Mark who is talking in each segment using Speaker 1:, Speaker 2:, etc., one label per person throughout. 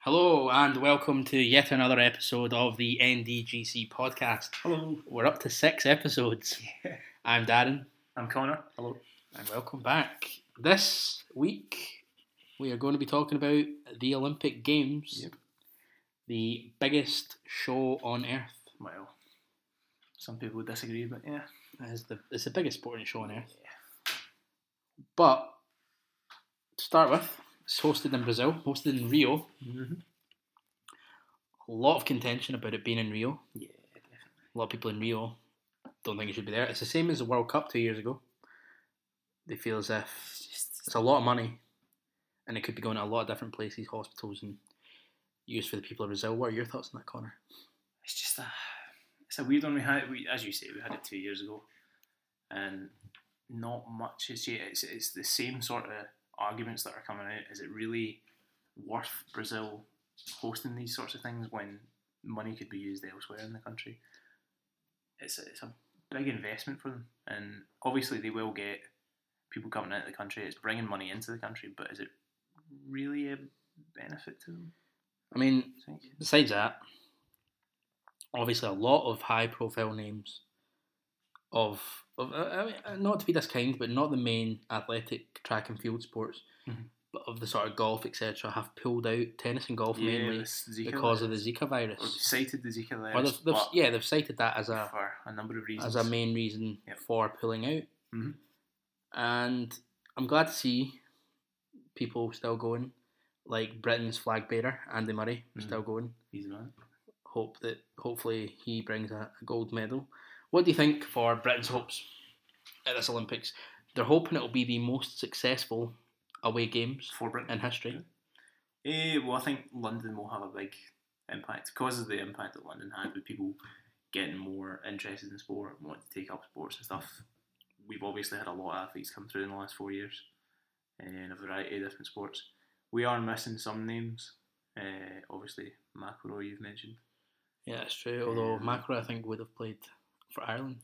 Speaker 1: Hello and welcome to yet another episode of the NDGC podcast.
Speaker 2: Hello,
Speaker 1: We're up to six episodes. I'm Darren
Speaker 2: I'm Connor. Hello.
Speaker 1: and welcome back. This week we are going to be talking about the Olympic Games,
Speaker 2: Yep.
Speaker 1: the biggest show on earth.
Speaker 2: Well, some people would disagree, but yeah.
Speaker 1: It's the, it's the biggest sporting show on earth. But to start with, it's hosted in Brazil, hosted in Rio.
Speaker 2: Mm-hmm.
Speaker 1: A lot of contention about it being in Rio.
Speaker 2: Yeah.
Speaker 1: a lot of people in Rio don't think it should be there. It's the same as the World Cup two years ago. They feel as if it's a lot of money, and it could be going to a lot of different places, hospitals, and used for the people of Brazil. What are your thoughts on that, Connor?
Speaker 2: It's just a, it's a weird one. We had, we, as you say, we had it two years ago, and not much is yet. It's, it's the same sort of arguments that are coming out. Is it really worth Brazil hosting these sorts of things when money could be used elsewhere in the country? It's a, it's a big investment for them, and obviously they will get people coming into the country. It's bringing money into the country, but is it really a benefit to them?
Speaker 1: I mean,
Speaker 2: I think.
Speaker 1: besides that, obviously a lot of high-profile names of, of I I mean, uh, not to be this kind, but not the main athletic track and field sports,
Speaker 2: Mhm.
Speaker 1: but of the sort of golf, etc., have pulled out tennis and golf mainly.
Speaker 2: this Zika
Speaker 1: because
Speaker 2: virus.
Speaker 1: of the Zika virus.
Speaker 2: Or they've cited the Zika
Speaker 1: Or
Speaker 2: virus
Speaker 1: they've, they've,
Speaker 2: but
Speaker 1: yeah, they've cited that as a
Speaker 2: for a number of reasons.
Speaker 1: as a main reason
Speaker 2: Yep.
Speaker 1: for pulling out.
Speaker 2: Mhm.
Speaker 1: And I'm glad to see people still going, like Britain's flag bearer Andy Murray
Speaker 2: Mhm.
Speaker 1: still going.
Speaker 2: He's not.
Speaker 1: Hope that hopefully he brings a, a gold medal. What do you think for Britain's hopes at this Olympics? They're hoping it'll be the most successful away games
Speaker 2: For Britain.
Speaker 1: in history.
Speaker 2: Eh, well, I think London will have a big impact because of the impact that London had with people getting more interested in sport and wanting to take up sports and stuff. We've obviously had a lot of athletes come through in the last four years in a variety of different sports. We are missing some names. Uh, obviously, McElroy you've mentioned.
Speaker 1: Yeah, that's true. Although
Speaker 2: Yeah.
Speaker 1: Macro, I think, would have played for Ireland.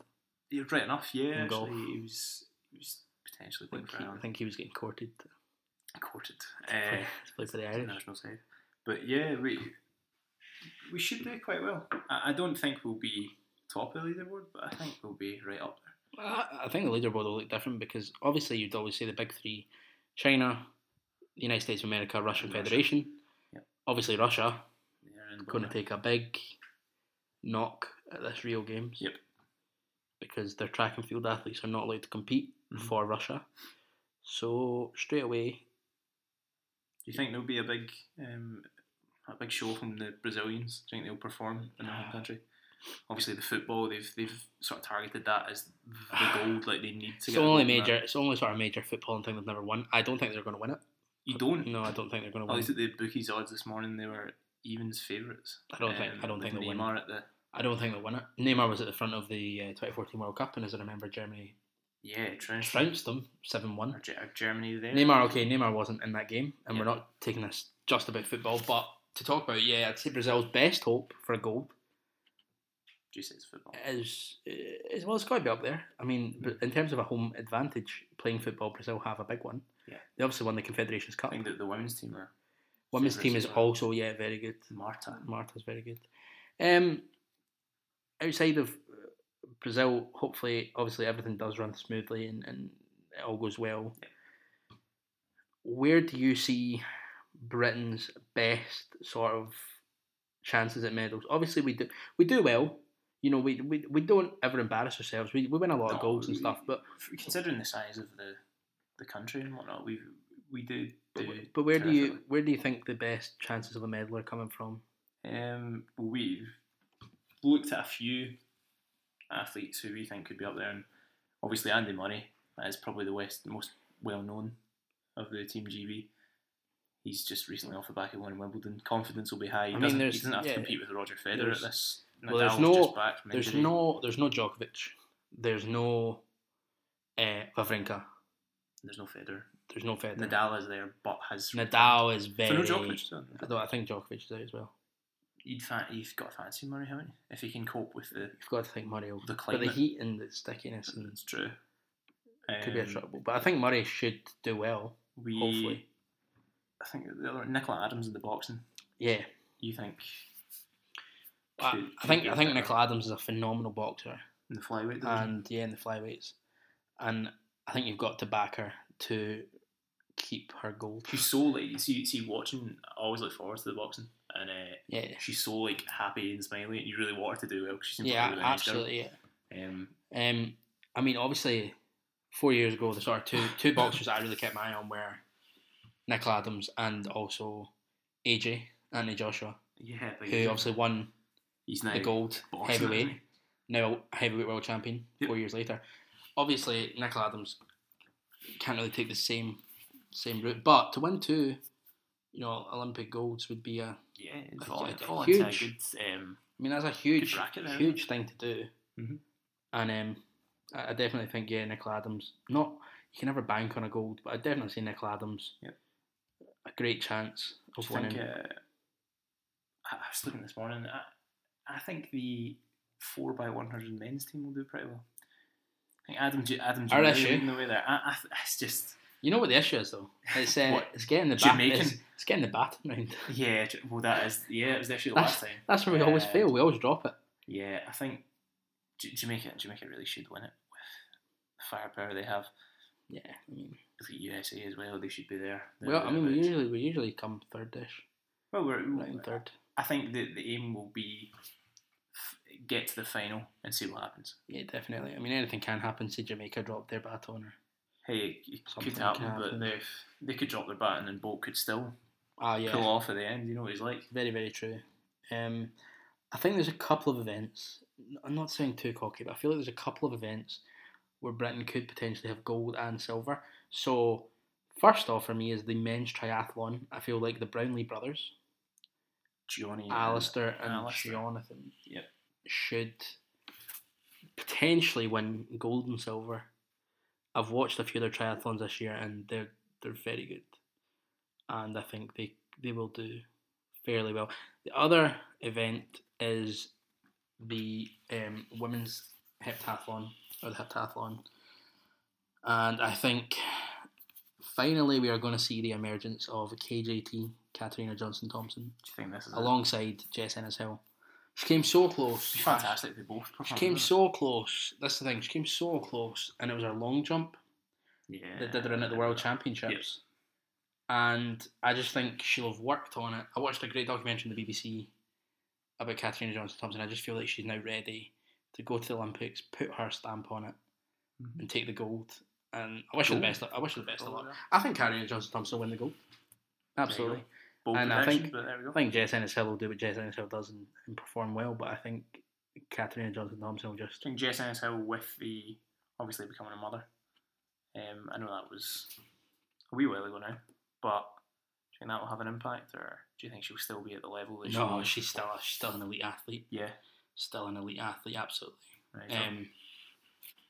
Speaker 2: You're right enough, yeah.
Speaker 1: In golf.
Speaker 2: Actually, he was, he was potentially
Speaker 1: I
Speaker 2: playing
Speaker 1: think,
Speaker 2: for
Speaker 1: he, I
Speaker 2: Ireland.
Speaker 1: think he was getting courted.
Speaker 2: Courted. Eh,
Speaker 1: to play for the
Speaker 2: It's a
Speaker 1: Irish.
Speaker 2: national side. But yeah, we we should do quite well. I, I don't think we'll be top of the leaderboard, but I think we'll be right up there.
Speaker 1: I I think the leaderboard will look different because obviously you'd always say the big three: China, the United States of America, Russian
Speaker 2: And Russia.
Speaker 1: Federation.
Speaker 2: Yep.
Speaker 1: Obviously, Russia
Speaker 2: They're in
Speaker 1: going to
Speaker 2: Bologna.
Speaker 1: take a big knock at this Rio Games.
Speaker 2: Yep.
Speaker 1: Because their track and field athletes are not allowed to compete
Speaker 2: Mhm.
Speaker 1: for Russia. So straight away,
Speaker 2: Do you think there'll be a big um, a big show from the Brazilians? Do you think they'll perform in their
Speaker 1: Nah.
Speaker 2: home country? Obviously, the football they've they've sort of targeted that as the gold, like they need
Speaker 1: Ah.
Speaker 2: to.
Speaker 1: it's
Speaker 2: get
Speaker 1: the only
Speaker 2: gold in that.
Speaker 1: major, it's the only sort of major footballing thing they've never won. I don't think they're going to win it.
Speaker 2: You don't. Oh,
Speaker 1: No, I don't think they're going to win.
Speaker 2: At least at the bookies odds this morning, they were evens favourites.
Speaker 1: I don't think- I don't
Speaker 2: Um, with
Speaker 1: think they'll win.
Speaker 2: Neymar at the
Speaker 1: I don't think they'll win it. Neymar was at the front of the uh, 2014 World Cup, and as I remember, Germany
Speaker 2: yeah, Trench
Speaker 1: trounced them 7
Speaker 2: or
Speaker 1: 1.
Speaker 2: Ge- or Germany there.
Speaker 1: Neymar, okay, Neymar wasn't in that game, and we're
Speaker 2: Yeah.
Speaker 1: not taking this just about football, but to talk about, yeah, I'd say Brazil's best hope for gold
Speaker 2: Juices football.
Speaker 1: is, is well, it's got to be up there. I mean, but in terms of a home advantage, playing football, Brazil have a big one.
Speaker 2: Yeah.
Speaker 1: They obviously won the Confederations
Speaker 2: I
Speaker 1: Cup.
Speaker 2: think that the women's team are
Speaker 1: Women's
Speaker 2: favourites
Speaker 1: team
Speaker 2: as
Speaker 1: is
Speaker 2: well.
Speaker 1: also, yeah, very good.
Speaker 2: Marta.
Speaker 1: Marta's very good. Um, outside of uh, Brazil, hopefully, obviously, everything does run smoothly and, and it all goes well. Where do you see Britain's best sort of chances at medals? Obviously, we do we do well. You know, we we, we don't ever embarrass ourselves. We, we win a lot of
Speaker 2: No,
Speaker 1: goals and
Speaker 2: we-
Speaker 1: stuff, but
Speaker 2: Considering the size of the the country and whatnot, we we do.
Speaker 1: but,
Speaker 2: do
Speaker 1: but where do you
Speaker 2: terrifically.
Speaker 1: where do you think the best chances of a medal are coming from?
Speaker 2: Um, we've looked at a few athletes who we think could be up there, and obviously Andy Murray is probably the West most well known of the Team GB. He's just recently off the back of winning Wimbledon. Confidence will be high. He,
Speaker 1: I mean,
Speaker 2: doesn't, he
Speaker 1: there's-
Speaker 2: doesn't have
Speaker 1: yeah,
Speaker 2: to compete with Roger Federer
Speaker 1: there's-
Speaker 2: at this.
Speaker 1: well, there's
Speaker 2: Nadal's
Speaker 1: no-
Speaker 2: just back from
Speaker 1: There's
Speaker 2: injury.
Speaker 1: no there's no Djokovic. There's no uh, Vavrinka.
Speaker 2: there's no Federer.
Speaker 1: There's no Federer.
Speaker 2: Nadal is there, but has
Speaker 1: Nadal is
Speaker 2: So no
Speaker 1: very.
Speaker 2: Djokovic. then?
Speaker 1: I, don't, I think Djokovic is out as well.
Speaker 2: You'd fan, you've got to fancy Murray, haven't you? If he can cope with the,
Speaker 1: You've got to think Murray. will-
Speaker 2: the
Speaker 1: But
Speaker 2: climate,
Speaker 1: the heat and the stickiness and
Speaker 2: it's true.
Speaker 1: could be a
Speaker 2: Um,
Speaker 1: trouble. But I think Murray should do well.
Speaker 2: We,
Speaker 1: Hopefully,
Speaker 2: I think the other Nicola Adams in the boxing.
Speaker 1: yeah.
Speaker 2: You think
Speaker 1: I,
Speaker 2: Could-
Speaker 1: I think
Speaker 2: could
Speaker 1: I
Speaker 2: be
Speaker 1: think
Speaker 2: better.
Speaker 1: Michael Adams is a phenomenal boxer,
Speaker 2: in the flyweight division?
Speaker 1: and yeah, in the flyweights, and I think you've got to back her to keep her gold.
Speaker 2: she's so like you see, see watching. I always look forward to the boxing, and uh,
Speaker 1: Yeah,
Speaker 2: she's so like happy and smiley, and you really want her to do well because she seems
Speaker 1: yeah,
Speaker 2: like a really nice girl.
Speaker 1: absolutely. Yeah.
Speaker 2: Um,
Speaker 1: Um, I mean, obviously, four years ago, there are two two boxers that I really kept my eye on were Nicola Adams and also AJ Anthony Joshua,
Speaker 2: yeah,
Speaker 1: who
Speaker 2: but he's-
Speaker 1: obviously won
Speaker 2: he's now
Speaker 1: the gold
Speaker 2: boxing,
Speaker 1: heavyweight,
Speaker 2: isn't
Speaker 1: now a heavyweight world champion.
Speaker 2: Yep.
Speaker 1: Four years later, obviously, Nicola Adams can't really take the same same route, but to win two, you know, Olympic golds would be a. I
Speaker 2: he? Yeah, it's
Speaker 1: Like,
Speaker 2: all,
Speaker 1: like,
Speaker 2: all
Speaker 1: huge.
Speaker 2: into a good. Um,
Speaker 1: mean, that's a huge
Speaker 2: Good bracket there,
Speaker 1: huge thing to do,
Speaker 2: Mhm.
Speaker 1: and um, I I definitely think yeah, Nicola Adams. Not you can never bank on a gold, but I definitely see Nicola Adams.
Speaker 2: Yep.
Speaker 1: A great chance
Speaker 2: do
Speaker 1: of
Speaker 2: you think,
Speaker 1: winning.
Speaker 2: uh, I, I was looking this morning. I, I think the four by one hundred men's team will do pretty well. I think Adam, Ju- Adam,
Speaker 1: Our
Speaker 2: Junaid
Speaker 1: issue.
Speaker 2: leading the way there. I, I, it's just
Speaker 1: You know what the issue is though? It's uh,
Speaker 2: What?
Speaker 1: it's getting the bat-
Speaker 2: Jamaican?
Speaker 1: it's, it's getting the batting round.
Speaker 2: yeah. Well, that is yeah. It was the issue last time.
Speaker 1: That's where we always
Speaker 2: Yeah.
Speaker 1: fail. We always drop it.
Speaker 2: Yeah, I think J- Jamaica Jamaica really should win it with the firepower they have.
Speaker 1: Yeah, I mean,
Speaker 2: The USA as well, they should be there. They're
Speaker 1: well, I mean, we
Speaker 2: thereabouts.
Speaker 1: usually we usually come third ish,
Speaker 2: well, we're,
Speaker 1: right in third.
Speaker 2: I think the the aim will be f- get to the final and see what happens.
Speaker 1: Yeah, definitely. I mean, anything can happen. See Jamaica drop their bat on her.
Speaker 2: Hey, it
Speaker 1: Something
Speaker 2: could
Speaker 1: can
Speaker 2: happen,
Speaker 1: happen.
Speaker 2: but they they could drop their bat and then Bolt could still
Speaker 1: Ah, yeah.
Speaker 2: pull off at the end. You know what he's like.
Speaker 1: Very, very true. Um, I think there's a couple of events. I'm not saying too cocky, but I feel like there's a couple of events where Britain could potentially have gold and silver. So, first off, for me is the men's triathlon. I feel like the Brownlee brothers,
Speaker 2: Johnny and-
Speaker 1: Alistair and
Speaker 2: Alistair.
Speaker 1: Jonathan,
Speaker 2: Yep.
Speaker 1: should potentially win gold and silver. I've watched a few of their triathlons this year, and they're they're very good, and I think they they will do fairly well. The other event is the um, women's heptathlon or the heptathlon, and I think finally we are going to see the emergence of KJT Katarina Johnson Thompson
Speaker 2: Do you think this is it?
Speaker 1: alongside Jess Ennis Hill. She came so close.
Speaker 2: It'd be fantastic? They both
Speaker 1: She
Speaker 2: perform,
Speaker 1: came
Speaker 2: wouldn't
Speaker 1: so close. That's the thing. She came so close, and it was her long jump
Speaker 2: it? yeah.
Speaker 1: that did her in at the World Championships. And I just think she'll have worked on it. I watched a great documentary on the BBC about Katarina Johnson Thompson. I just feel like she's now ready to go to the Olympics, put her stamp on it,
Speaker 2: Mhm.
Speaker 1: and take the gold. And I wish her the
Speaker 2: Gold?
Speaker 1: best. I wish her the best of
Speaker 2: Oh,
Speaker 1: luck.
Speaker 2: yeah.
Speaker 1: I think Katarina Johnson Thompson will win the gold. Absolutely.
Speaker 2: Bold
Speaker 1: And I
Speaker 2: prediction,
Speaker 1: think-
Speaker 2: but there we go.
Speaker 1: I think Jess Ennis Hill will do what Jess Ennis Hill does and, and perform well, but I think Katarina Johnson Thompson will just.
Speaker 2: And Jess Ennis Hill with the obviously becoming a mother. Um, I know that was a wee while ago now, but do you think that will have an impact, or do you think she'll still be at the level that she
Speaker 1: No,
Speaker 2: was?
Speaker 1: she's still she's still an elite athlete.
Speaker 2: yeah.
Speaker 1: Still an elite athlete, absolutely.
Speaker 2: Right, so
Speaker 1: Um,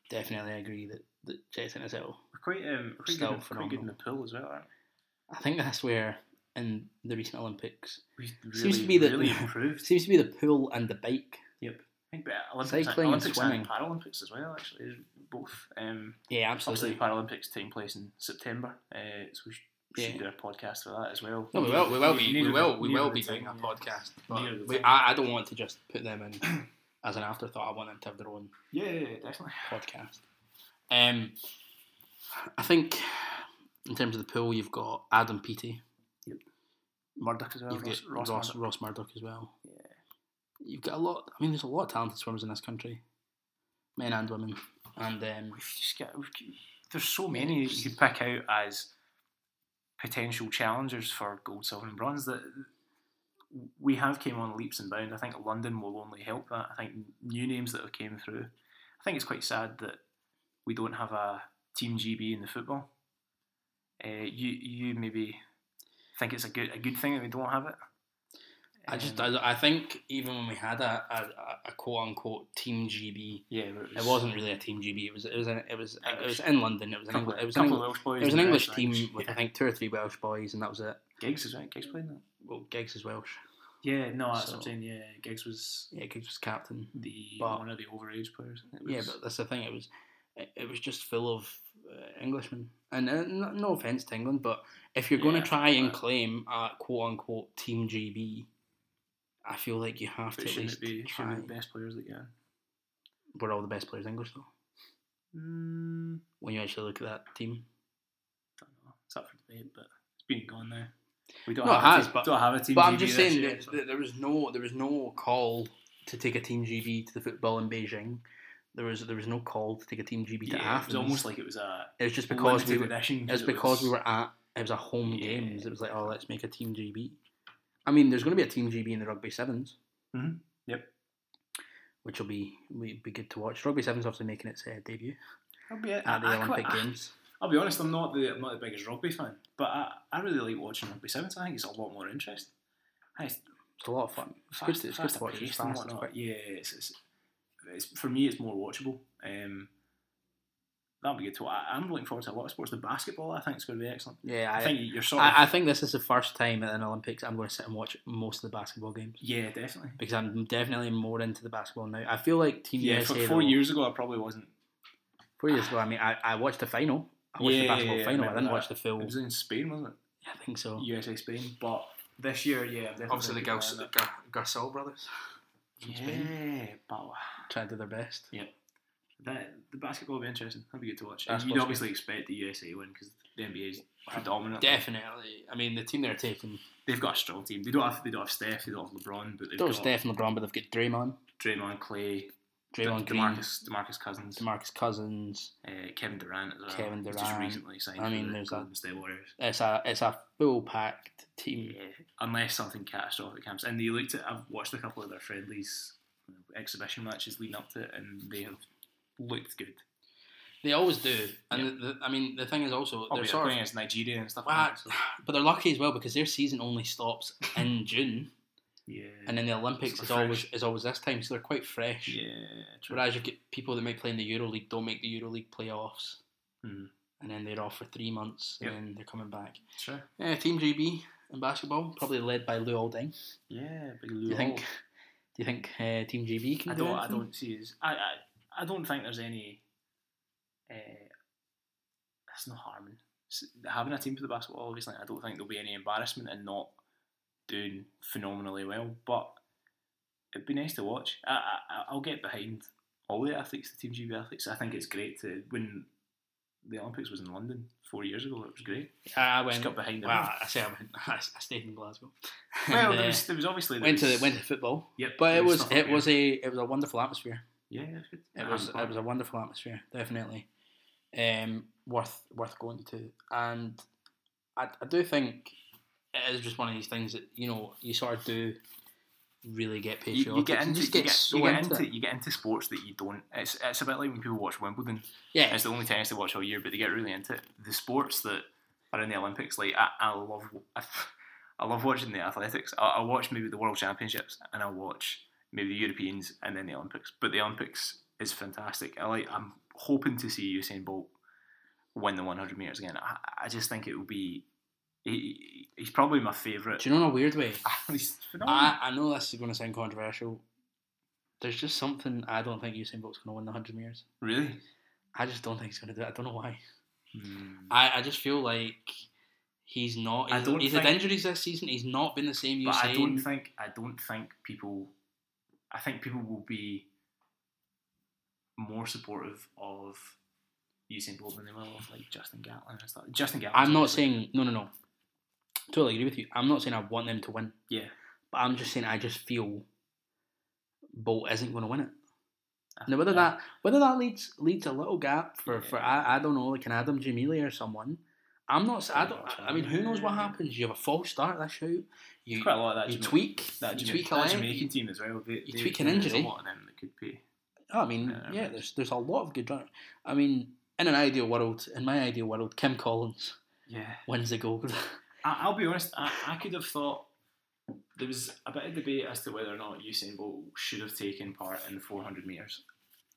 Speaker 1: definitely agree that, that Jess Ennis Hill.
Speaker 2: we're quite um, we're quite,
Speaker 1: still
Speaker 2: good, in- quite good in the
Speaker 1: phenomenal.
Speaker 2: pool as well, aren't
Speaker 1: I think that's where in the recent Olympics
Speaker 2: we? We've really,
Speaker 1: Seems to be that-
Speaker 2: really improved.
Speaker 1: seems to be the pool and the bike.
Speaker 2: I think but Olympics,
Speaker 1: Cycling and
Speaker 2: Olympics
Speaker 1: swimming.
Speaker 2: Paralympics as well. Actually, is both. Um,
Speaker 1: Yeah,
Speaker 2: obviously,
Speaker 1: absolutely.
Speaker 2: the Paralympics taking place in September, uh, so we should, we should
Speaker 1: Yeah.
Speaker 2: do a podcast for that as well.
Speaker 1: No, we will. We will be.
Speaker 2: Neither
Speaker 1: We
Speaker 2: the-
Speaker 1: will. We
Speaker 2: neither
Speaker 1: will
Speaker 2: the
Speaker 1: be
Speaker 2: team,
Speaker 1: doing a
Speaker 2: yeah.
Speaker 1: podcast.
Speaker 2: Neither the
Speaker 1: But we,
Speaker 2: team.
Speaker 1: I, I don't want to just put them in as an afterthought. I want them to have their own
Speaker 2: Yeah, yeah, yeah, definitely.
Speaker 1: podcast. Um, I think in terms of the pool, you've got Adam Peaty,
Speaker 2: Murdoch as well.
Speaker 1: you've
Speaker 2: Ross,
Speaker 1: got
Speaker 2: Ross
Speaker 1: Ross Ross,
Speaker 2: Murdoch.
Speaker 1: Murdoch as well.
Speaker 2: Yeah.
Speaker 1: You've got a lot. I mean, there's a lot of talented swimmers in this country, men and women, and um,
Speaker 2: We've just got. We've, got- there's so many that you could pick out as potential challengers for gold, silver, and bronze that we have came on leaps and bounds. I think London will only help that. I think new names that have came through. I think it's quite sad that we don't have a team GB in the football. Uh, you you maybe think it's a good a good thing that we don't have it.
Speaker 1: I just
Speaker 2: Um,
Speaker 1: I, I think even when we had a, a, a quote unquote team GB,
Speaker 2: yeah, but
Speaker 1: it wasn't really a team GB. It was it was an, it was it was
Speaker 2: English.
Speaker 1: in London. It was an
Speaker 2: Couple,
Speaker 1: English, it was an,
Speaker 2: couple of
Speaker 1: Engli-
Speaker 2: Welsh boys.
Speaker 1: it was an
Speaker 2: and the
Speaker 1: English
Speaker 2: rest
Speaker 1: team
Speaker 2: Irish.
Speaker 1: with I
Speaker 2: Yeah.
Speaker 1: think two or three Welsh boys, and that was it.
Speaker 2: Giggs is right. Giggs playing that.
Speaker 1: Well, Giggs is Welsh.
Speaker 2: Yeah, no, that's what I'm
Speaker 1: So-
Speaker 2: saying. Yeah, Giggs was
Speaker 1: Yeah, Giggs was captain.
Speaker 2: the
Speaker 1: But-
Speaker 2: one of the overage players. It
Speaker 1: Yeah,
Speaker 2: was-
Speaker 1: but that's the thing. It was it, it was just full of uh, Englishmen. And uh, n- no offense to England, but if you're going
Speaker 2: Yeah,
Speaker 1: to try and
Speaker 2: but-
Speaker 1: claim a quote unquote Team GB, I feel like you have to
Speaker 2: But
Speaker 1: at
Speaker 2: shouldn't
Speaker 1: least
Speaker 2: it be
Speaker 1: try.
Speaker 2: shouldn't it be the best players that can?
Speaker 1: Were all the best players English though?
Speaker 2: Mm,
Speaker 1: When you actually look at that team,
Speaker 2: don't know. It's up for debate, but it's been gone now. We don't,
Speaker 1: No, it
Speaker 2: have,
Speaker 1: has,
Speaker 2: a team,
Speaker 1: but-
Speaker 2: don't have a team.
Speaker 1: but I'm
Speaker 2: GB
Speaker 1: just
Speaker 2: this
Speaker 1: saying
Speaker 2: year,
Speaker 1: that,
Speaker 2: so-
Speaker 1: that there was no there was no call to take a Team GB to the football in Beijing. There was there was no call to take a Team GB to
Speaker 2: yeah, it
Speaker 1: Athens.
Speaker 2: was almost like it was a
Speaker 1: it was just because we
Speaker 2: limited
Speaker 1: were
Speaker 2: edition.
Speaker 1: It's
Speaker 2: it
Speaker 1: because
Speaker 2: was-
Speaker 1: we were at it was a home
Speaker 2: Yeah.
Speaker 1: games. It was like, oh, let's make a team GB. I mean, there's going to be a team GB in the rugby sevens. Mm-hmm.
Speaker 2: Mhm. Yep.
Speaker 1: Which will be will be good to watch. Rugby sevens obviously making its uh, debut
Speaker 2: I'll be, I,
Speaker 1: at the
Speaker 2: I
Speaker 1: Olympic
Speaker 2: quite-
Speaker 1: Games.
Speaker 2: I'll be honest, I'm not the I'm not the biggest rugby fan, but I, I really like watching rugby sevens. I think it's a lot more interesting. I think
Speaker 1: It's a lot of fun. It's
Speaker 2: it's
Speaker 1: good
Speaker 2: fast-
Speaker 1: to, it's good to
Speaker 2: faster
Speaker 1: watch. It's
Speaker 2: paced and
Speaker 1: fast. It's quick.
Speaker 2: whatnot. Yeah, it's, it's, it's for me it's more watchable. Um, that'll be good to. I, I'm looking forward to a lot of sports. The basketball, I think, is going to be excellent.
Speaker 1: Yeah,
Speaker 2: I,
Speaker 1: I,
Speaker 2: think you're sort of
Speaker 1: I, I think this is the first time at an Olympics I'm going to sit and watch most of the basketball games
Speaker 2: yeah, definitely.
Speaker 1: because I'm definitely more into the basketball now. I feel like Team
Speaker 2: Yeah,
Speaker 1: USA
Speaker 2: for four
Speaker 1: though-
Speaker 2: years ago, I probably wasn't.
Speaker 1: Four years ago, I mean, I, I watched the final. I watched
Speaker 2: Yeah,
Speaker 1: the basketball
Speaker 2: yeah, yeah, I
Speaker 1: final. I,
Speaker 2: remember
Speaker 1: didn't
Speaker 2: that.
Speaker 1: watch the full.
Speaker 2: It was in Spain, wasn't it?
Speaker 1: I think so.
Speaker 2: USA Spain, but this year, yeah, I'm definitely
Speaker 1: Obviously, the
Speaker 2: looking
Speaker 1: Gar-
Speaker 2: forward
Speaker 1: Gar- Garcelle brothers
Speaker 2: to
Speaker 1: from
Speaker 2: that.
Speaker 1: Spain
Speaker 2: Yeah, but
Speaker 1: trying to do their best.
Speaker 2: That the basketball will be interesting. That'll be good to watch.
Speaker 1: That's
Speaker 2: And you'd
Speaker 1: what's
Speaker 2: obviously expect the USA to win because the NBA is predominant.
Speaker 1: Definitely. I mean, the team they're taking.
Speaker 2: They've got a strong team. They don't have they don't have Steph. They don't have LeBron, but they've
Speaker 1: Those
Speaker 2: got
Speaker 1: Steph and LeBron, but they've got Draymond,
Speaker 2: Draymond, Clay,
Speaker 1: Draymond
Speaker 2: De-
Speaker 1: Green,
Speaker 2: DeMarcus, DeMarcus Cousins,
Speaker 1: DeMarcus Cousins.
Speaker 2: uh, Kevin Durant as well.
Speaker 1: Kevin
Speaker 2: who's just
Speaker 1: Durant.
Speaker 2: recently signed.
Speaker 1: I mean,
Speaker 2: for the
Speaker 1: there's a-
Speaker 2: Golden State Warriors.
Speaker 1: It's a it's a full packed team.
Speaker 2: Yeah, unless something catastrophic happens. And they looked at. I've watched a couple of their friendlies, you know, exhibition matches leading up to it, and they have looked good.
Speaker 1: They always do, and the, the, I mean the thing is also
Speaker 2: Oh,
Speaker 1: they're
Speaker 2: yeah,
Speaker 1: sort of,
Speaker 2: playing against Nigeria and stuff.
Speaker 1: Well,
Speaker 2: like that, so-
Speaker 1: but they're lucky as well because their season only stops in June,
Speaker 2: yeah,
Speaker 1: and then the Olympics
Speaker 2: It's
Speaker 1: is always
Speaker 2: fresh.
Speaker 1: is always this time, so they're quite fresh.
Speaker 2: yeah, true.
Speaker 1: Whereas you get people that might play in the EuroLeague don't make the EuroLeague playoffs,
Speaker 2: Mm.
Speaker 1: and then they're off for three months, and
Speaker 2: Yep.
Speaker 1: then they're coming back.
Speaker 2: Sure.
Speaker 1: Yeah, Team GB in basketball, probably led by Lou Alding.
Speaker 2: Yeah, big
Speaker 1: Do you think? Do you think uh, Team GB can
Speaker 2: Oh. I
Speaker 1: do
Speaker 2: don't. I
Speaker 1: anything?
Speaker 2: don't see as I. I, I don't think there's any. Uh, that's no harm. in s- Having a team for the basketball, obviously, I don't think there'll be any embarrassment in not doing phenomenally well. But it'd be nice to watch. I, I, I'll get behind all the athletes, the Team GB athletes. I think it's great to when the Olympics was in London four years ago. It was great.
Speaker 1: I I
Speaker 2: Just
Speaker 1: went.
Speaker 2: got behind them.
Speaker 1: Well, I say I went. I stayed in Glasgow.
Speaker 2: well,
Speaker 1: And,
Speaker 2: there
Speaker 1: uh,
Speaker 2: was, there was obviously there
Speaker 1: went to
Speaker 2: was-
Speaker 1: went to football,
Speaker 2: Yep,
Speaker 1: but
Speaker 2: there
Speaker 1: it was
Speaker 2: stuff up
Speaker 1: it
Speaker 2: here.
Speaker 1: was a it was a wonderful atmosphere.
Speaker 2: yeah, it was good.
Speaker 1: It was
Speaker 2: And-
Speaker 1: it was a wonderful atmosphere, definitely. Um, worth worth going to, and I, I do think it is just one of these things that you know you sort of do really get patriotic.
Speaker 2: you, you get
Speaker 1: and
Speaker 2: into
Speaker 1: just
Speaker 2: you get,
Speaker 1: so
Speaker 2: you get
Speaker 1: into
Speaker 2: into
Speaker 1: it.
Speaker 2: you get into sports that you don't. It's it's a bit like when people watch Wimbledon.
Speaker 1: yeah,
Speaker 2: It's the only tennis they watch all year, but they get really into it. The sports that are in the Olympics, like I, I love I, I love watching the athletics. I, I'll watch maybe the World Championships and I'll watch maybe the Europeans and then the Olympics. But the Olympics is fantastic. I like. I'm hoping to see Usain Bolt win the 100 meters again. I, I just think it will be. He, he's probably my favourite.
Speaker 1: do you know in a weird way?
Speaker 2: He's phenomenal.
Speaker 1: I, I know this is going to sound controversial. There's just something I don't think Usain Bolt's going to win the hundred meters.
Speaker 2: really.
Speaker 1: I just don't think he's going to do it. I don't know why.
Speaker 2: Hmm.
Speaker 1: I, I just feel like he's not.
Speaker 2: I
Speaker 1: He's,
Speaker 2: don't
Speaker 1: he's
Speaker 2: think-
Speaker 1: had injuries this season. He's not been the same
Speaker 2: But I don't
Speaker 1: Usain.
Speaker 2: think I don't think people. I think people will be more supportive of Usain Bolt than they will of like Justin Gatlin and stuff. Justin Gatlin.
Speaker 1: I'm not saying no, no, no. Totally agree with you. I'm not saying I want them to win,
Speaker 2: Yeah.
Speaker 1: but I'm just saying I just feel Bolt isn't going to win it.
Speaker 2: I
Speaker 1: Now whether
Speaker 2: think-
Speaker 1: that whether that leads leads a little gap for for
Speaker 2: Yeah.
Speaker 1: I, I don't know like an Adam Jamili or someone. I'm not. s- I don't. I I mean, who knows what happens? You have a false start. That's shout. You
Speaker 2: quite a lot of that.
Speaker 1: you
Speaker 2: Jamaican-
Speaker 1: tweak.
Speaker 2: that,
Speaker 1: you
Speaker 2: Jamaican-
Speaker 1: tweak a
Speaker 2: that
Speaker 1: leg.
Speaker 2: Jamaican team as well. They,
Speaker 1: you
Speaker 2: they-
Speaker 1: tweak an
Speaker 2: there's
Speaker 1: injury.
Speaker 2: A lot of them that could be.
Speaker 1: I mean,
Speaker 2: Yeah,
Speaker 1: yeah,
Speaker 2: right.
Speaker 1: there's there's a lot of good. dri- I mean, in an ideal world, in my ideal world, Kim Collins
Speaker 2: Yeah.
Speaker 1: wins the gold.
Speaker 2: I, I'll be honest. I, I could have thought there was a bit of debate as to whether or not Usain Bolt should have taken part in the 400 meters.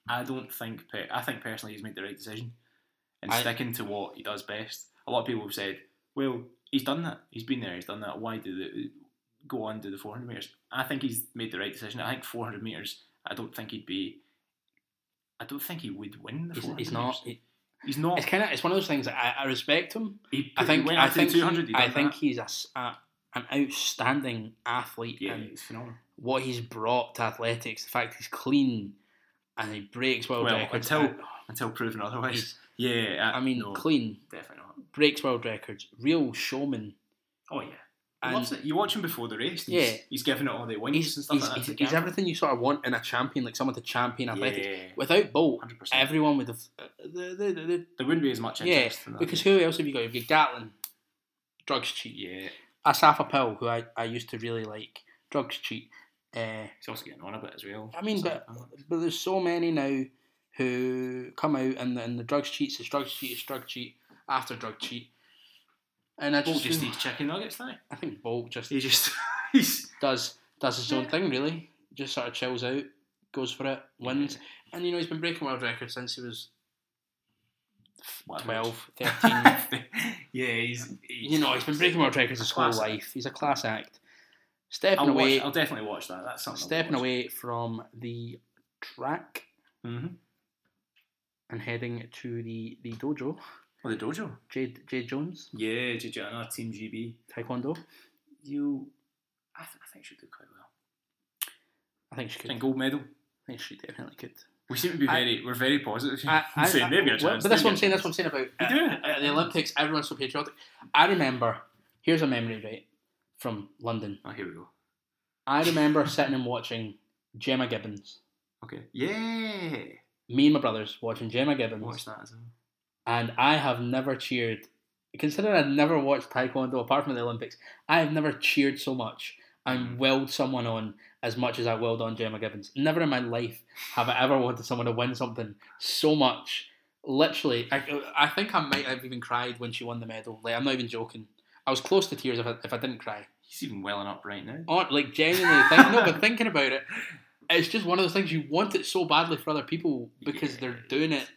Speaker 2: I don't think. Pe- I think personally, he's made the right decision and
Speaker 1: I-
Speaker 2: sticking to what he does best. A lot of people have said, "Well, he's done that. He's been there. He's done that. Why do the go on to the 400 meters?" I think he's made the right decision. I think 400 meters. I don't think he'd be I don't think he would win the
Speaker 1: He's,
Speaker 2: 400.
Speaker 1: he's not.
Speaker 2: meters.
Speaker 1: he-
Speaker 2: He's not.
Speaker 1: it's kind of it's one of those things that I, I respect him.
Speaker 2: He,
Speaker 1: I think
Speaker 2: went
Speaker 1: I
Speaker 2: after the
Speaker 1: think he-
Speaker 2: 200. he
Speaker 1: I
Speaker 2: done
Speaker 1: think
Speaker 2: that.
Speaker 1: he's a s a an outstanding athlete
Speaker 2: yeah,
Speaker 1: and
Speaker 2: it's phenomenal.
Speaker 1: what he's brought to athletics. The fact he's clean and he breaks world
Speaker 2: Well,
Speaker 1: records.
Speaker 2: until- Until proven otherwise.
Speaker 1: he's-
Speaker 2: Yeah, uh,
Speaker 1: I mean,
Speaker 2: no,
Speaker 1: clean
Speaker 2: definitely not.
Speaker 1: breaks world records. Real showman.
Speaker 2: Oh yeah, he
Speaker 1: And
Speaker 2: loves it. You watch him before the race. and he's,
Speaker 1: Yeah.
Speaker 2: he's giving it all the wins
Speaker 1: he's
Speaker 2: and
Speaker 1: he's,
Speaker 2: stuff like that.
Speaker 1: he's,
Speaker 2: to
Speaker 1: he's
Speaker 2: Gavin.
Speaker 1: everything you sort of want in a champion, like someone to champion athletics.
Speaker 2: Yeah,
Speaker 1: Without Bolt,
Speaker 2: hundred percent.
Speaker 1: everyone would have. uh, The, the, the, the,
Speaker 2: There wouldn't be as much
Speaker 1: yeah,
Speaker 2: interest in that.
Speaker 1: because who else have you got? You've got Gatlin, drugs cheat.
Speaker 2: yeah,
Speaker 1: Asaf Apil, who I, I used to really like, drugs cheat. Uh,
Speaker 2: he's also getting on a bit as well.
Speaker 1: I mean,
Speaker 2: So, uh,
Speaker 1: but but there's so many now who come out and the, and the drugs cheats is drugs cheat is drug cheat after drug cheat, and I
Speaker 2: Bolt
Speaker 1: just,
Speaker 2: just
Speaker 1: feel-
Speaker 2: eats chicken nuggets, doesn't
Speaker 1: I think Bolt just
Speaker 2: he? He just he's
Speaker 1: does does his own thing really, just sort of chills out, goes for it, wins, and you know he's been breaking world records since he was
Speaker 2: Whatever.
Speaker 1: 12, 13.
Speaker 2: yeah, he's, he's
Speaker 1: you know he's been breaking world records his whole
Speaker 2: Class act.
Speaker 1: life. He's a class act. Stepping
Speaker 2: I'll,
Speaker 1: away,
Speaker 2: watch, I'll definitely watch that. That's something.
Speaker 1: stepping away from the track
Speaker 2: Mm-hmm.
Speaker 1: and heading to the the dojo.
Speaker 2: Oh, the dojo.
Speaker 1: Jade Jade Jones,
Speaker 2: Yeah, JJ, another Team GB.
Speaker 1: Taekwondo.
Speaker 2: You, I, th- I think she'll do quite well.
Speaker 1: I think she
Speaker 2: I
Speaker 1: could.
Speaker 2: think gold medal.
Speaker 1: I think she definitely could.
Speaker 2: We seem to be
Speaker 1: I-
Speaker 2: very, we're very positive.
Speaker 1: I, I,
Speaker 2: saying they've got a
Speaker 1: well,
Speaker 2: chance.
Speaker 1: but that's
Speaker 2: they've
Speaker 1: what I'm
Speaker 2: got
Speaker 1: saying.
Speaker 2: a
Speaker 1: That's what I'm saying about
Speaker 2: chance.
Speaker 1: uh,
Speaker 2: They do.
Speaker 1: at the Olympics. Everyone's so patriotic. I remember. Here's a memory, right, from London.
Speaker 2: Oh, here we go.
Speaker 1: I remember sitting and watching Gemma Gibbons.
Speaker 2: Okay. Yeah.
Speaker 1: Me and my brothers watching Gemma Gibbons,
Speaker 2: Watch that as well.
Speaker 1: and I have never cheered. Considering I'd never watched Taekwondo apart from the Olympics, I have never cheered so much and willed someone on as much as I willed on Gemma Gibbons. Never in my life have I ever wanted someone to win something so much. Literally, I, I think I might have even cried when she won the medal. Like, I'm not even joking. I was close to tears if I, if I didn't cry.
Speaker 2: He's even welling up right now.
Speaker 1: Aren't like genuinely think, no, but thinking about it, it's just one of those things you want it so badly for other people because they're doing it.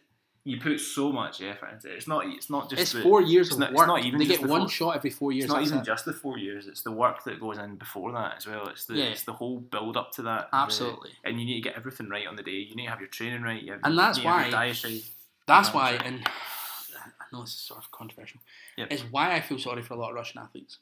Speaker 2: You put so much effort into it. It's not. It's not just.
Speaker 1: It's
Speaker 2: the,
Speaker 1: four years
Speaker 2: it's
Speaker 1: of
Speaker 2: not- it's
Speaker 1: work.
Speaker 2: not even
Speaker 1: they
Speaker 2: just
Speaker 1: get
Speaker 2: the
Speaker 1: one
Speaker 2: four-
Speaker 1: shot every four years.
Speaker 2: It's not
Speaker 1: that's
Speaker 2: even
Speaker 1: it.
Speaker 2: just the four years. It's the work that goes in before that as well. It's the
Speaker 1: Yeah.
Speaker 2: it's the whole build up to that.
Speaker 1: Absolutely.
Speaker 2: The- and you need to get everything right on the day. You need to have your training right. You have,
Speaker 1: And
Speaker 2: you
Speaker 1: that's
Speaker 2: need to have
Speaker 1: why-
Speaker 2: your dietary.
Speaker 1: That's
Speaker 2: Mhm.
Speaker 1: why, and I know this is sort of controversial.
Speaker 2: Yep.
Speaker 1: It's why I feel sorry for a lot of Russian athletes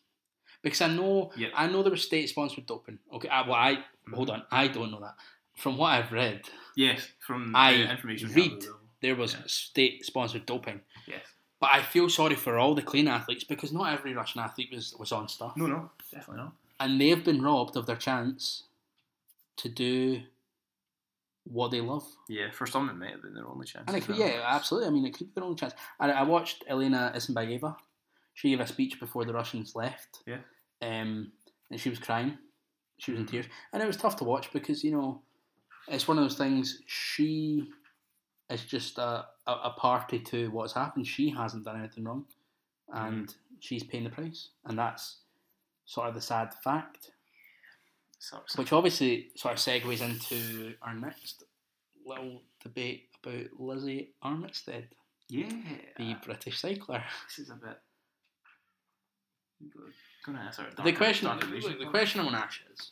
Speaker 1: because I know
Speaker 2: Yep. Mm-hmm.
Speaker 1: I know there was state-sponsored doping. Okay, I, well, I hold on, I don't know that. From what I've read,
Speaker 2: Yes, from
Speaker 1: I
Speaker 2: the information we
Speaker 1: read.
Speaker 2: have as well.
Speaker 1: there was
Speaker 2: Yeah.
Speaker 1: state-sponsored doping,
Speaker 2: Yes.
Speaker 1: but I feel sorry for all the clean athletes because not every Russian athlete was was on stuff,
Speaker 2: No, no, definitely not.
Speaker 1: and they've been robbed of their chance to do what they love.
Speaker 2: Yeah, for some it might have been their only chance.
Speaker 1: And it
Speaker 2: as
Speaker 1: could,
Speaker 2: well.
Speaker 1: yeah, absolutely. I mean, it could be their only chance. I, I watched Elena Isinbayeva. She gave a speech before the Russians left.
Speaker 2: Yeah.
Speaker 1: Um, and she was crying. She was in tears, and it was tough to watch because you know, it's one of those things. She is just a, a, a party to what's happened. She hasn't done anything wrong, and she's paying the price, and that's sort of the sad fact.
Speaker 2: So, so-
Speaker 1: Which obviously sort of segues into our next little debate about Lizzie Armistead
Speaker 2: yeah,
Speaker 1: the
Speaker 2: Uh,
Speaker 1: British cycler.
Speaker 2: this is a bit. Gonna answer it.
Speaker 1: the question, look, the question I want to ask is: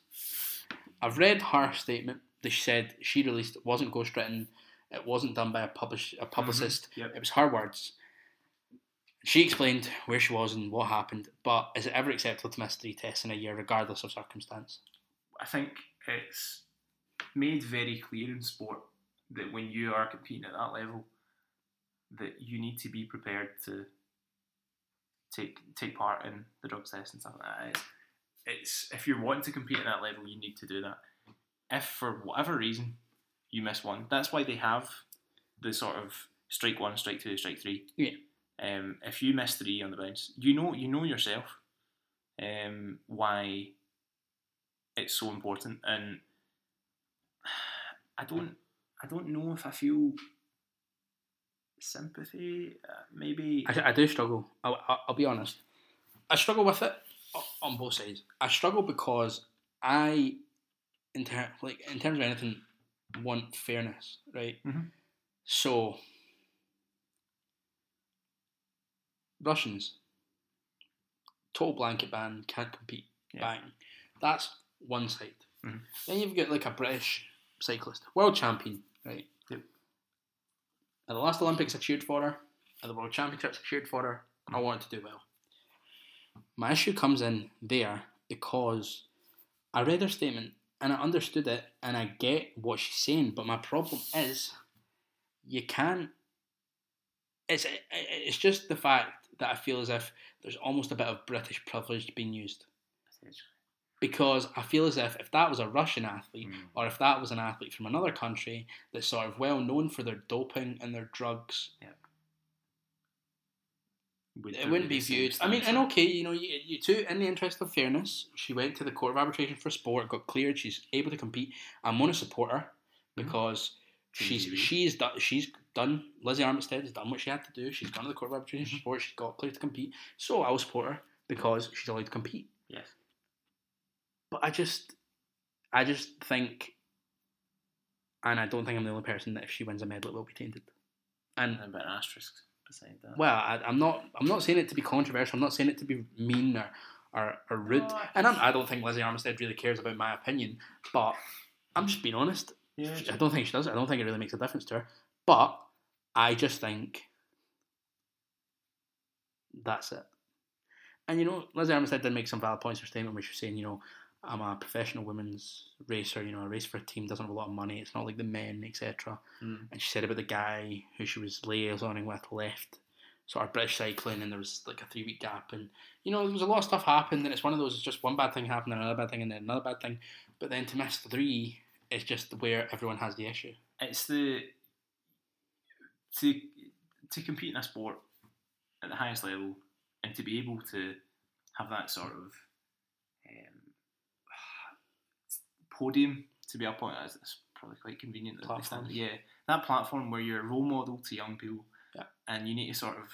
Speaker 1: I've read her statement that she said she released it wasn't ghostwritten, it wasn't done by a publish a publicist.
Speaker 2: Yep.
Speaker 1: It was her words. She explained where she was and what happened, but is it ever acceptable to miss three tests in a year, regardless of circumstance?
Speaker 2: I think it's made very clear in sport that when you are competing at that level, that you need to be prepared to take take part in the drugs test and stuff like that. It's, it's if you're wanting to compete at that level, you need to do that. If for whatever reason you miss one, that's why they have the sort of strike one, strike two, strike three.
Speaker 1: Yeah.
Speaker 2: Um, if you miss three on the bounce, you know you know yourself um, why it's so important, and I don't I don't know if I feel sympathy. Uh, maybe
Speaker 1: I, I do struggle. I'll, I'll- I'll be honest. I struggle with it o- on both sides. I struggle because I, in ter- like in terms of anything, want fairness, right?
Speaker 2: Mhm.
Speaker 1: So, Russians, total blanket ban, can't compete.
Speaker 2: Yeah.
Speaker 1: Bang. That's one side.
Speaker 2: Mhm.
Speaker 1: Then you've got like a British cyclist, world champion, right?
Speaker 2: Yep.
Speaker 1: At the last Olympics, I cheered for her. At the World Championships, I cheered for her. And I wanted to do well. My issue comes in there because I read her statement and I understood it and I get what she's saying. But my problem is, you can't. It's it's just the fact that I feel as if there's almost a bit of British privilege being used because I feel as if if that was a Russian athlete
Speaker 2: Mm.
Speaker 1: or if that was an athlete from another country that's sort of well known for their doping and their drugs, it wouldn't be viewed. I mean, and okay, you know, you, you too, in the interest of fairness, she went to the Court of Arbitration for Sport, got cleared, she's able to compete. I'm going to support her because she's
Speaker 2: Mhm.
Speaker 1: she's done she's done Lizzie Armistead has done what she had to do. She's gone to the Court of Arbitration for Sport, she's got cleared to compete. So I'll support her because she's allowed to compete.
Speaker 2: Yes.
Speaker 1: But I just I just think and I don't think I'm the only person that if she wins a medal it will be tainted. And
Speaker 2: And about an asterisk beside that.
Speaker 1: well, I, I'm not. I'm not saying it to be controversial. I'm not saying it to be mean or or, or rude.
Speaker 2: No, Oh, I-
Speaker 1: and I'm, I don't think Lizzie Armistead really cares about my opinion. But I'm just being honest.
Speaker 2: yeah,
Speaker 1: I don't think she does. I don't think it really makes a difference to her. But I just think that's it. And you know, Lizzie Armistead did make some valid points in her statement where she was saying, you know, I'm a professional women's racer. You know, I race for a team doesn't have a lot of money. It's not like the men, etc.
Speaker 2: Mm.
Speaker 1: And she said about the guy who she was liaisoning with left sort of British cycling, and there was like a three week gap, and you know there was a lot of stuff happened, and it's one of those. It's just one bad thing happened, and another bad thing, and then another bad thing. But then to miss three is just where everyone has the issue.
Speaker 2: it's the to to compete in a sport at the highest level and to be able to have that sort of um, podium to be up on it's it's probably quite convenient. that they stand-
Speaker 1: Platform.
Speaker 2: Yeah, that platform where you're a role model to young people,
Speaker 1: Yeah.
Speaker 2: and you need to sort of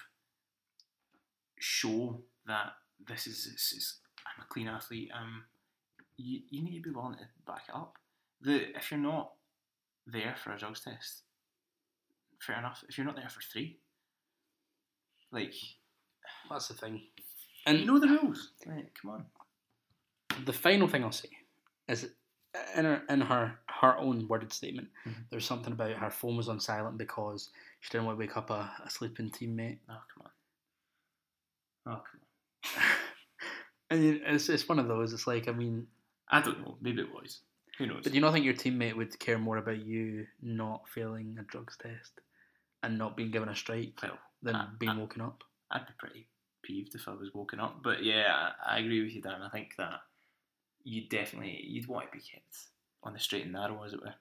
Speaker 2: show that this is, this is I'm a clean athlete. Um, you you need to be willing to back it up. The if you're not there for a drugs test, fair enough. If you're not there for three, like
Speaker 1: That's the thing. And
Speaker 2: you know the rules. Like, come on.
Speaker 1: the final thing I'll say is in her in her her own worded statement,
Speaker 2: Mhm.
Speaker 1: there's something about her phone was on silent because she didn't want to wake up a, a sleeping teammate.
Speaker 2: Oh come on. Oh come on.
Speaker 1: and it's it's one of those. It's like I mean,
Speaker 2: I don't know. Maybe it was. Who knows?
Speaker 1: But do you not think your teammate would care more about you not failing a drugs test and not being given a strike
Speaker 2: Well,
Speaker 1: than
Speaker 2: I-
Speaker 1: being
Speaker 2: I-
Speaker 1: woken up?
Speaker 2: I'd be pretty peeved if I was woken up. But yeah, I, I agree with you, Dan. I think that you definitely you'd want to be kept on the straight and narrow, as it were.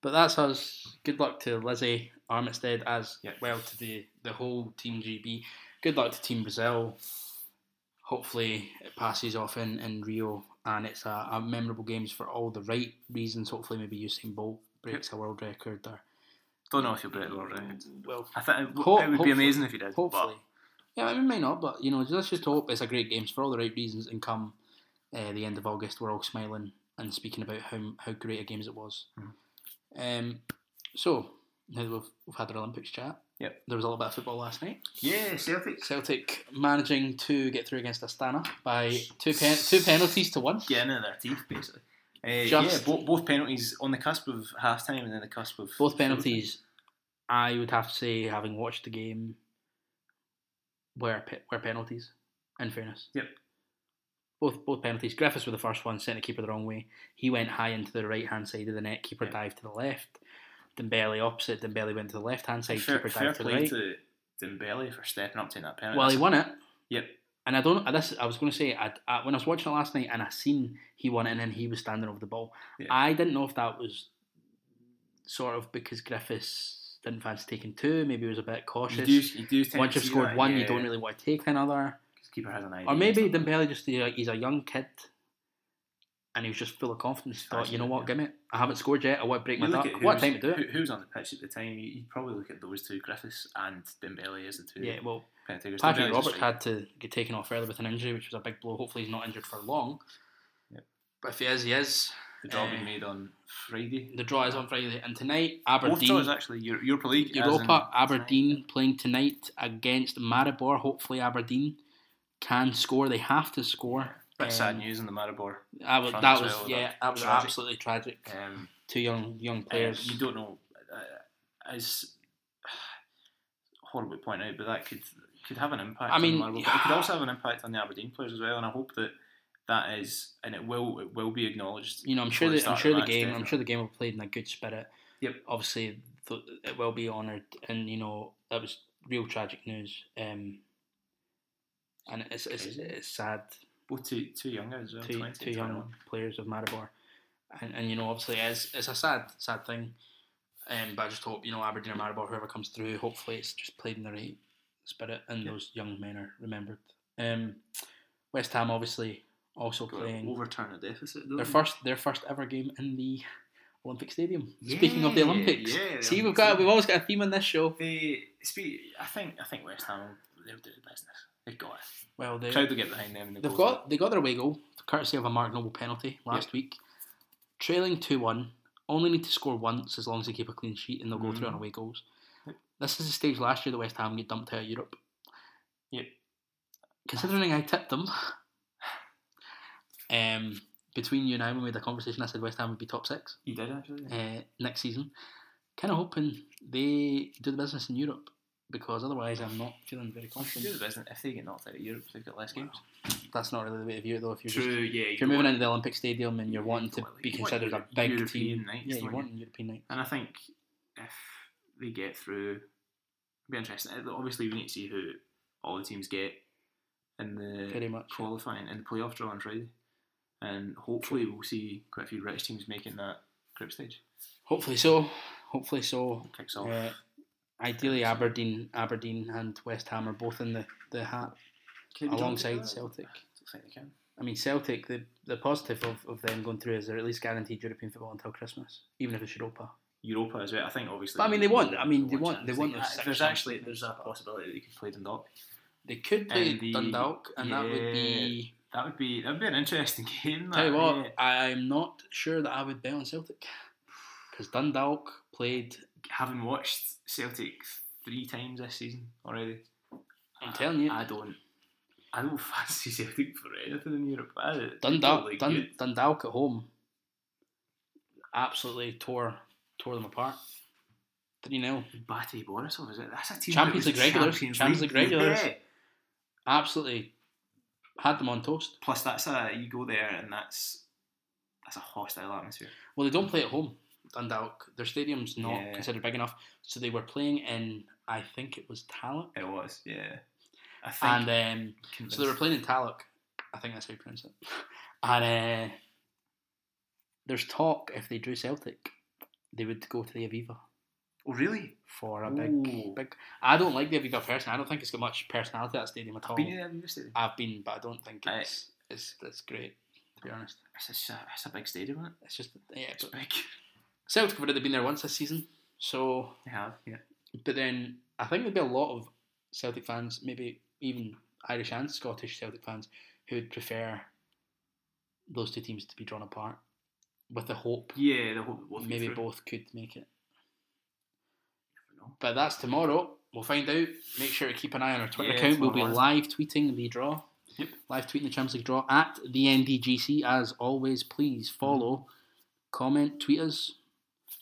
Speaker 1: But that's us. Good luck to Lizzie Armistead as
Speaker 2: Yeah.
Speaker 1: well to the, the whole Team GB. Good luck to Team Brazil. Hopefully it passes off in, in Rio and it's a, a memorable games for all the right reasons. Hopefully maybe Usain Bolt breaks a world record or
Speaker 2: Don't know Oh, if you'll break the world record.
Speaker 1: well
Speaker 2: I think it,
Speaker 1: Ho-
Speaker 2: it would
Speaker 1: hopefully.
Speaker 2: be amazing if you did.
Speaker 1: Hopefully. Yeah, I mean, may not, but you know, let's just hope it's a great games for all the right reasons. And come uh, the end of August, we're all smiling and speaking about how how great a games it was.
Speaker 2: Mhm.
Speaker 1: Um, so now that we've we've had our Olympics chat.
Speaker 2: Yep.
Speaker 1: There was a little bit of football last night.
Speaker 2: But yeah, Celtic.
Speaker 1: Celtic managing to get through against Astana by two pen- two penalties to one.
Speaker 2: Getting in their teeth, basically. Uh, yeah,
Speaker 1: Just-
Speaker 2: bo- both penalties on the cusp of half time and then the cusp of
Speaker 1: Both penalties, I would have to say, having watched the game, were pe- were penalties. In fairness,
Speaker 2: Yep.
Speaker 1: both both penalties. Griffiths were the first one, sent a keeper the wrong way. He went high into the right hand side of the net. Keeper
Speaker 2: Yep.
Speaker 1: dived to the left. Dembele opposite. Dembele went to the left hand side.
Speaker 2: Fair,
Speaker 1: keeper
Speaker 2: fair
Speaker 1: dived to the
Speaker 2: play
Speaker 1: right.
Speaker 2: to Dembele for stepping up to that penalty.
Speaker 1: well, he won it.
Speaker 2: Yep.
Speaker 1: And I don't. uh, This I was going to say. I, I when I was watching it last night, and I seen he won, it and then he was standing over the ball.
Speaker 2: Yeah.
Speaker 1: I didn't know if that was sort of because Griffiths didn't fancy taking two. Maybe he was a bit
Speaker 2: You
Speaker 1: cautious.
Speaker 2: do, you do tend
Speaker 1: Once
Speaker 2: to
Speaker 1: you've
Speaker 2: see
Speaker 1: scored
Speaker 2: that,
Speaker 1: one,
Speaker 2: yeah,
Speaker 1: you don't really want to take another.
Speaker 2: 'cause Keeper has an idea.
Speaker 1: Or maybe
Speaker 2: something.
Speaker 1: Dembele just you know, he's a young kid, and he was just full of confidence. He thought,
Speaker 2: Actually,
Speaker 1: you know what,
Speaker 2: yeah.
Speaker 1: give me it. I haven't scored yet. I want to break
Speaker 2: You
Speaker 1: my
Speaker 2: look
Speaker 1: duck.
Speaker 2: at
Speaker 1: What a
Speaker 2: who's-
Speaker 1: time to do it.
Speaker 2: Who, who was on the pitch at the time? You, you'd probably look at those two, Griffiths and Dembele, as the two
Speaker 1: Yeah, well,
Speaker 2: penalty takers.
Speaker 1: Patrick
Speaker 2: Dembele's a
Speaker 1: Roberts
Speaker 2: striker.
Speaker 1: had to get taken off early with an injury, which was a big blow. Hopefully, he's not injured for long.
Speaker 2: Yeah.
Speaker 1: But if he is, he is.
Speaker 2: the draw
Speaker 1: eh,
Speaker 2: being made on Friday.
Speaker 1: The draw is on Friday, and tonight
Speaker 2: Both draws
Speaker 1: Aberdeen,
Speaker 2: actually Eu- Europa League. as in
Speaker 1: Europa,
Speaker 2: tonight.
Speaker 1: Aberdeen playing tonight against Maribor. Hopefully, Aberdeen can score. They have to score.
Speaker 2: Bit sad
Speaker 1: Um,
Speaker 2: news in the Maribor.
Speaker 1: I was,
Speaker 2: front
Speaker 1: that
Speaker 2: as
Speaker 1: was
Speaker 2: well,
Speaker 1: yeah,
Speaker 2: that
Speaker 1: that was
Speaker 2: tragic.
Speaker 1: absolutely tragic.
Speaker 2: Um,
Speaker 1: Two young young
Speaker 2: Uh,
Speaker 1: players.
Speaker 2: you don't know. Uh, as horrible to point out, but that could could have an impact.
Speaker 1: I
Speaker 2: on
Speaker 1: mean,
Speaker 2: Motherwell, but it could also have an impact on the Aberdeen players as well. And I hope that that is, and it will, it will be acknowledged.
Speaker 1: you know, I'm sure
Speaker 2: before
Speaker 1: that I'm
Speaker 2: start
Speaker 1: sure the
Speaker 2: match,
Speaker 1: game, I'm
Speaker 2: definitely.
Speaker 1: sure the game will be played in a good spirit.
Speaker 2: Yep.
Speaker 1: Obviously, th- it will be honoured, and you know that was real tragic news. Um, and it's it's,
Speaker 2: Crazy.
Speaker 1: it's sad.
Speaker 2: Both two two young guys, as well,
Speaker 1: Two,
Speaker 2: 20,
Speaker 1: two young
Speaker 2: 21.
Speaker 1: players of Maribor, and, and you know obviously it's it's a sad sad thing. Um, but I just hope you know Aberdeen or Maribor, whoever comes through, hopefully it's just played in the right spirit, and
Speaker 2: Yeah.
Speaker 1: those young men are remembered. Um, West Ham obviously also
Speaker 2: Got to
Speaker 1: playing
Speaker 2: overturn a deficit.
Speaker 1: their
Speaker 2: don't they?
Speaker 1: first their first ever game in the Olympic Stadium. Speaking of the
Speaker 2: Yeah,
Speaker 1: Olympics,
Speaker 2: yeah, the
Speaker 1: see we've
Speaker 2: Olympic
Speaker 1: got
Speaker 2: Stadium.
Speaker 1: we've always got a theme on this show.
Speaker 2: They speak. I think. I think West Ham. They'll do the business. They've got it.
Speaker 1: Well, they
Speaker 2: Crowd will get behind them. And
Speaker 1: they've got they got their way goal courtesy of a Mark Noble penalty last week, trailing two one. Only need to score once as long as they keep a clean sheet and they'll go through on
Speaker 2: Mhm.
Speaker 1: away goals. This is the stage last year that West Ham get dumped out of Europe.
Speaker 2: Yep.
Speaker 1: Considering I tipped them, um, between you and I, when we had a conversation, I said West Ham would be top six.
Speaker 2: You did actually. yeah.
Speaker 1: uh, next season. Kind of hoping they do the business in Europe because otherwise I'm not feeling very
Speaker 2: Do
Speaker 1: confident.
Speaker 2: the business. If they get knocked out of Europe, they've got less games.
Speaker 1: That's not really the way to view it though. If you're, just,
Speaker 2: Yeah.
Speaker 1: if you're moving into the Olympic Stadium and you're wanting to
Speaker 2: Totally.
Speaker 1: be
Speaker 2: You want
Speaker 1: considered a
Speaker 2: Euro-
Speaker 1: big
Speaker 2: European
Speaker 1: team,
Speaker 2: nights,
Speaker 1: yeah, you
Speaker 2: don't
Speaker 1: want European night.
Speaker 2: And I think if they get through, it'll be interesting. Uh, Obviously, we need to see who all the teams get in the
Speaker 1: Very much.
Speaker 2: qualifying and the playoff draw on Friday, and hopefully we'll see quite a few British teams making that group stage.
Speaker 1: Hopefully so. Hopefully so.
Speaker 2: Kicks off.
Speaker 1: Uh, ideally, Aberdeen, Aberdeen, and West Ham are both in the the hat
Speaker 2: Can we talk
Speaker 1: alongside
Speaker 2: about that?
Speaker 1: Celtic.
Speaker 2: I don't think they can.
Speaker 1: I mean, Celtic. The the positive of, of them going through is they're at least guaranteed European football until Christmas, even if it's Europa.
Speaker 2: Europa as well. I think obviously.
Speaker 1: But, I mean, they want- I mean, they want-
Speaker 2: Champions
Speaker 1: they want
Speaker 2: League.
Speaker 1: those six
Speaker 2: There's
Speaker 1: teams.
Speaker 2: actually there's a possibility that they could play Dundalk.
Speaker 1: They could play
Speaker 2: And the-
Speaker 1: Dundalk, and that would be.
Speaker 2: That would be that would be an interesting game.
Speaker 1: Tell you
Speaker 2: that,
Speaker 1: what,
Speaker 2: yeah.
Speaker 1: I'm not sure that I would bet on Celtic because Dundalk played.
Speaker 2: having watched Celtic three times this season already,
Speaker 1: I'm telling you,
Speaker 2: Uh, I don't. I don't fancy Celtic for anything in Europe. I, they don't
Speaker 1: Dundalk,
Speaker 2: look
Speaker 1: Dun,
Speaker 2: good.
Speaker 1: Dundalk at home absolutely tore tore them apart. Three 0
Speaker 2: Bate Borisov is it? That's a team.
Speaker 1: Champions
Speaker 2: that
Speaker 1: League
Speaker 2: was
Speaker 1: regulars,
Speaker 2: Champions,
Speaker 1: Champions League regulars.
Speaker 2: Yeah.
Speaker 1: absolutely had them on toast.
Speaker 2: Plus, that's a you go there and that's that's a hostile atmosphere.
Speaker 1: Well, they don't play at home. Dundalk, their stadium's not
Speaker 2: Yeah.
Speaker 1: considered big enough, so they were playing in. I think it was Tallow,
Speaker 2: It was, yeah. I think.
Speaker 1: and um, So they were playing in Talloc. I think that's how you pronounce it. And uh, there's talk if they drew Celtic, they would go to the Aviva
Speaker 2: Oh really?
Speaker 1: for a big,
Speaker 2: Ooh.
Speaker 1: big. I don't like the Aviva personally. I don't think it's got much personality at that stadium at all.
Speaker 2: Been in the stadium.
Speaker 1: I've been, but I don't think
Speaker 2: Aye.
Speaker 1: it's it's it's great. To be honest,
Speaker 2: It's, it's, a, it's a big stadium, isn't it?
Speaker 1: it's just yeah.
Speaker 2: It's
Speaker 1: But
Speaker 2: big.
Speaker 1: Celtic have already been there once this season, so
Speaker 2: They have, yeah.
Speaker 1: but then I think there'd be a lot of Celtic fans, maybe even Irish and Scottish Celtic fans, who would prefer those two teams to be drawn apart with the hope
Speaker 2: Yeah, the hope both
Speaker 1: maybe
Speaker 2: get through.
Speaker 1: both could make it.
Speaker 2: Never know.
Speaker 1: But that's tomorrow. We'll find out. Make sure to keep an eye on our Twitter
Speaker 2: Yeah,
Speaker 1: account. We'll be
Speaker 2: tomorrow
Speaker 1: live tweeting the draw.
Speaker 2: Yep.
Speaker 1: Live tweeting the Champions League draw at the NDGC. As always, please follow,
Speaker 2: Mm-hmm.
Speaker 1: comment, tweet us.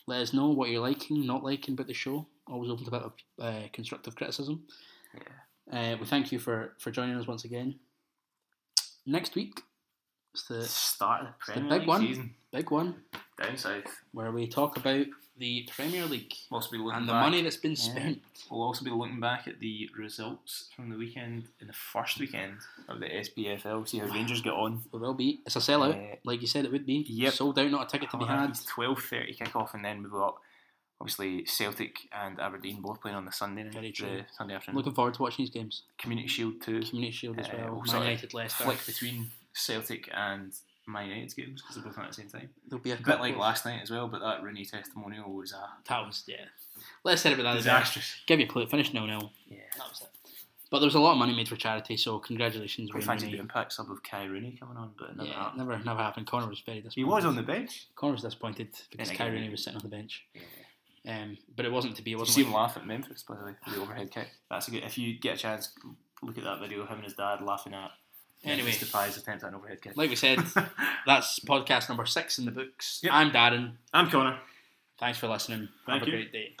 Speaker 1: Let us know what you're liking, not liking about the show. Always open to a bit of uh, constructive criticism. Uh, we thank you for, for joining us once again. Next week, it's
Speaker 2: Yeah.
Speaker 1: the
Speaker 2: Start of the
Speaker 1: the
Speaker 2: Premier
Speaker 1: big
Speaker 2: League
Speaker 1: one.
Speaker 2: season
Speaker 1: big one
Speaker 2: down south.
Speaker 1: where we talk about the Premier League
Speaker 2: We'll also be looking
Speaker 1: and the
Speaker 2: back.
Speaker 1: money that's been spent.
Speaker 2: We'll also be looking back at the results from the weekend in the first weekend of the SPFL. See how Rangers get on.
Speaker 1: It will be. It's a sellout,
Speaker 2: Uh,
Speaker 1: like you said it would be.
Speaker 2: yep. Oh,
Speaker 1: Sold out, not a ticket to be had.
Speaker 2: Twelve thirty kickoff, and then we've got obviously Celtic and Aberdeen both playing on the Sunday night,
Speaker 1: Very true.
Speaker 2: the Sunday afternoon.
Speaker 1: Looking forward to watching these games.
Speaker 2: Community Shield too.
Speaker 1: Community Shield as
Speaker 2: Uh,
Speaker 1: well.
Speaker 2: we'll
Speaker 1: Man
Speaker 2: sort of
Speaker 1: United, Leicester.
Speaker 2: Flick between Celtic and Man United's games because they're both on at the same time.
Speaker 1: There'll be a
Speaker 2: A bit
Speaker 1: couple
Speaker 2: like
Speaker 1: of-
Speaker 2: last night as well, but that Rooney testimonial was a
Speaker 1: That was, yeah. Let's set it with that. Disaster.
Speaker 2: disastrous.
Speaker 1: Give you a clue. Finished 0 0.
Speaker 2: Yeah.
Speaker 1: That was it. But there was a lot of money made for charity, so congratulations,
Speaker 2: We
Speaker 1: Wayne
Speaker 2: fancied the
Speaker 1: Rooney.
Speaker 2: impact sub of Kai Rooney coming on, but never
Speaker 1: Yeah,
Speaker 2: happened.
Speaker 1: never, never happened. Connor was very
Speaker 2: He
Speaker 1: disappointed.
Speaker 2: was on the bench.
Speaker 1: Connor was disappointed because
Speaker 2: Yeah,
Speaker 1: Kai
Speaker 2: yeah.
Speaker 1: Rooney was sitting on the bench. Um, but it wasn't to be. It
Speaker 2: You
Speaker 1: wasn't.
Speaker 2: see
Speaker 1: like-
Speaker 2: him laugh at Memphis, by the way, for the overhead kick. That's a good. If you get a chance, look at that video of him and his dad laughing at
Speaker 1: Anyway.
Speaker 2: Memphis Depay's attempt at an overhead kick.
Speaker 1: like we said, that's podcast number six in the books.
Speaker 2: Yep.
Speaker 1: I'm Darren.
Speaker 2: I'm Connor.
Speaker 1: Thanks for listening.
Speaker 2: Thank
Speaker 1: Have
Speaker 2: you.
Speaker 1: a great day.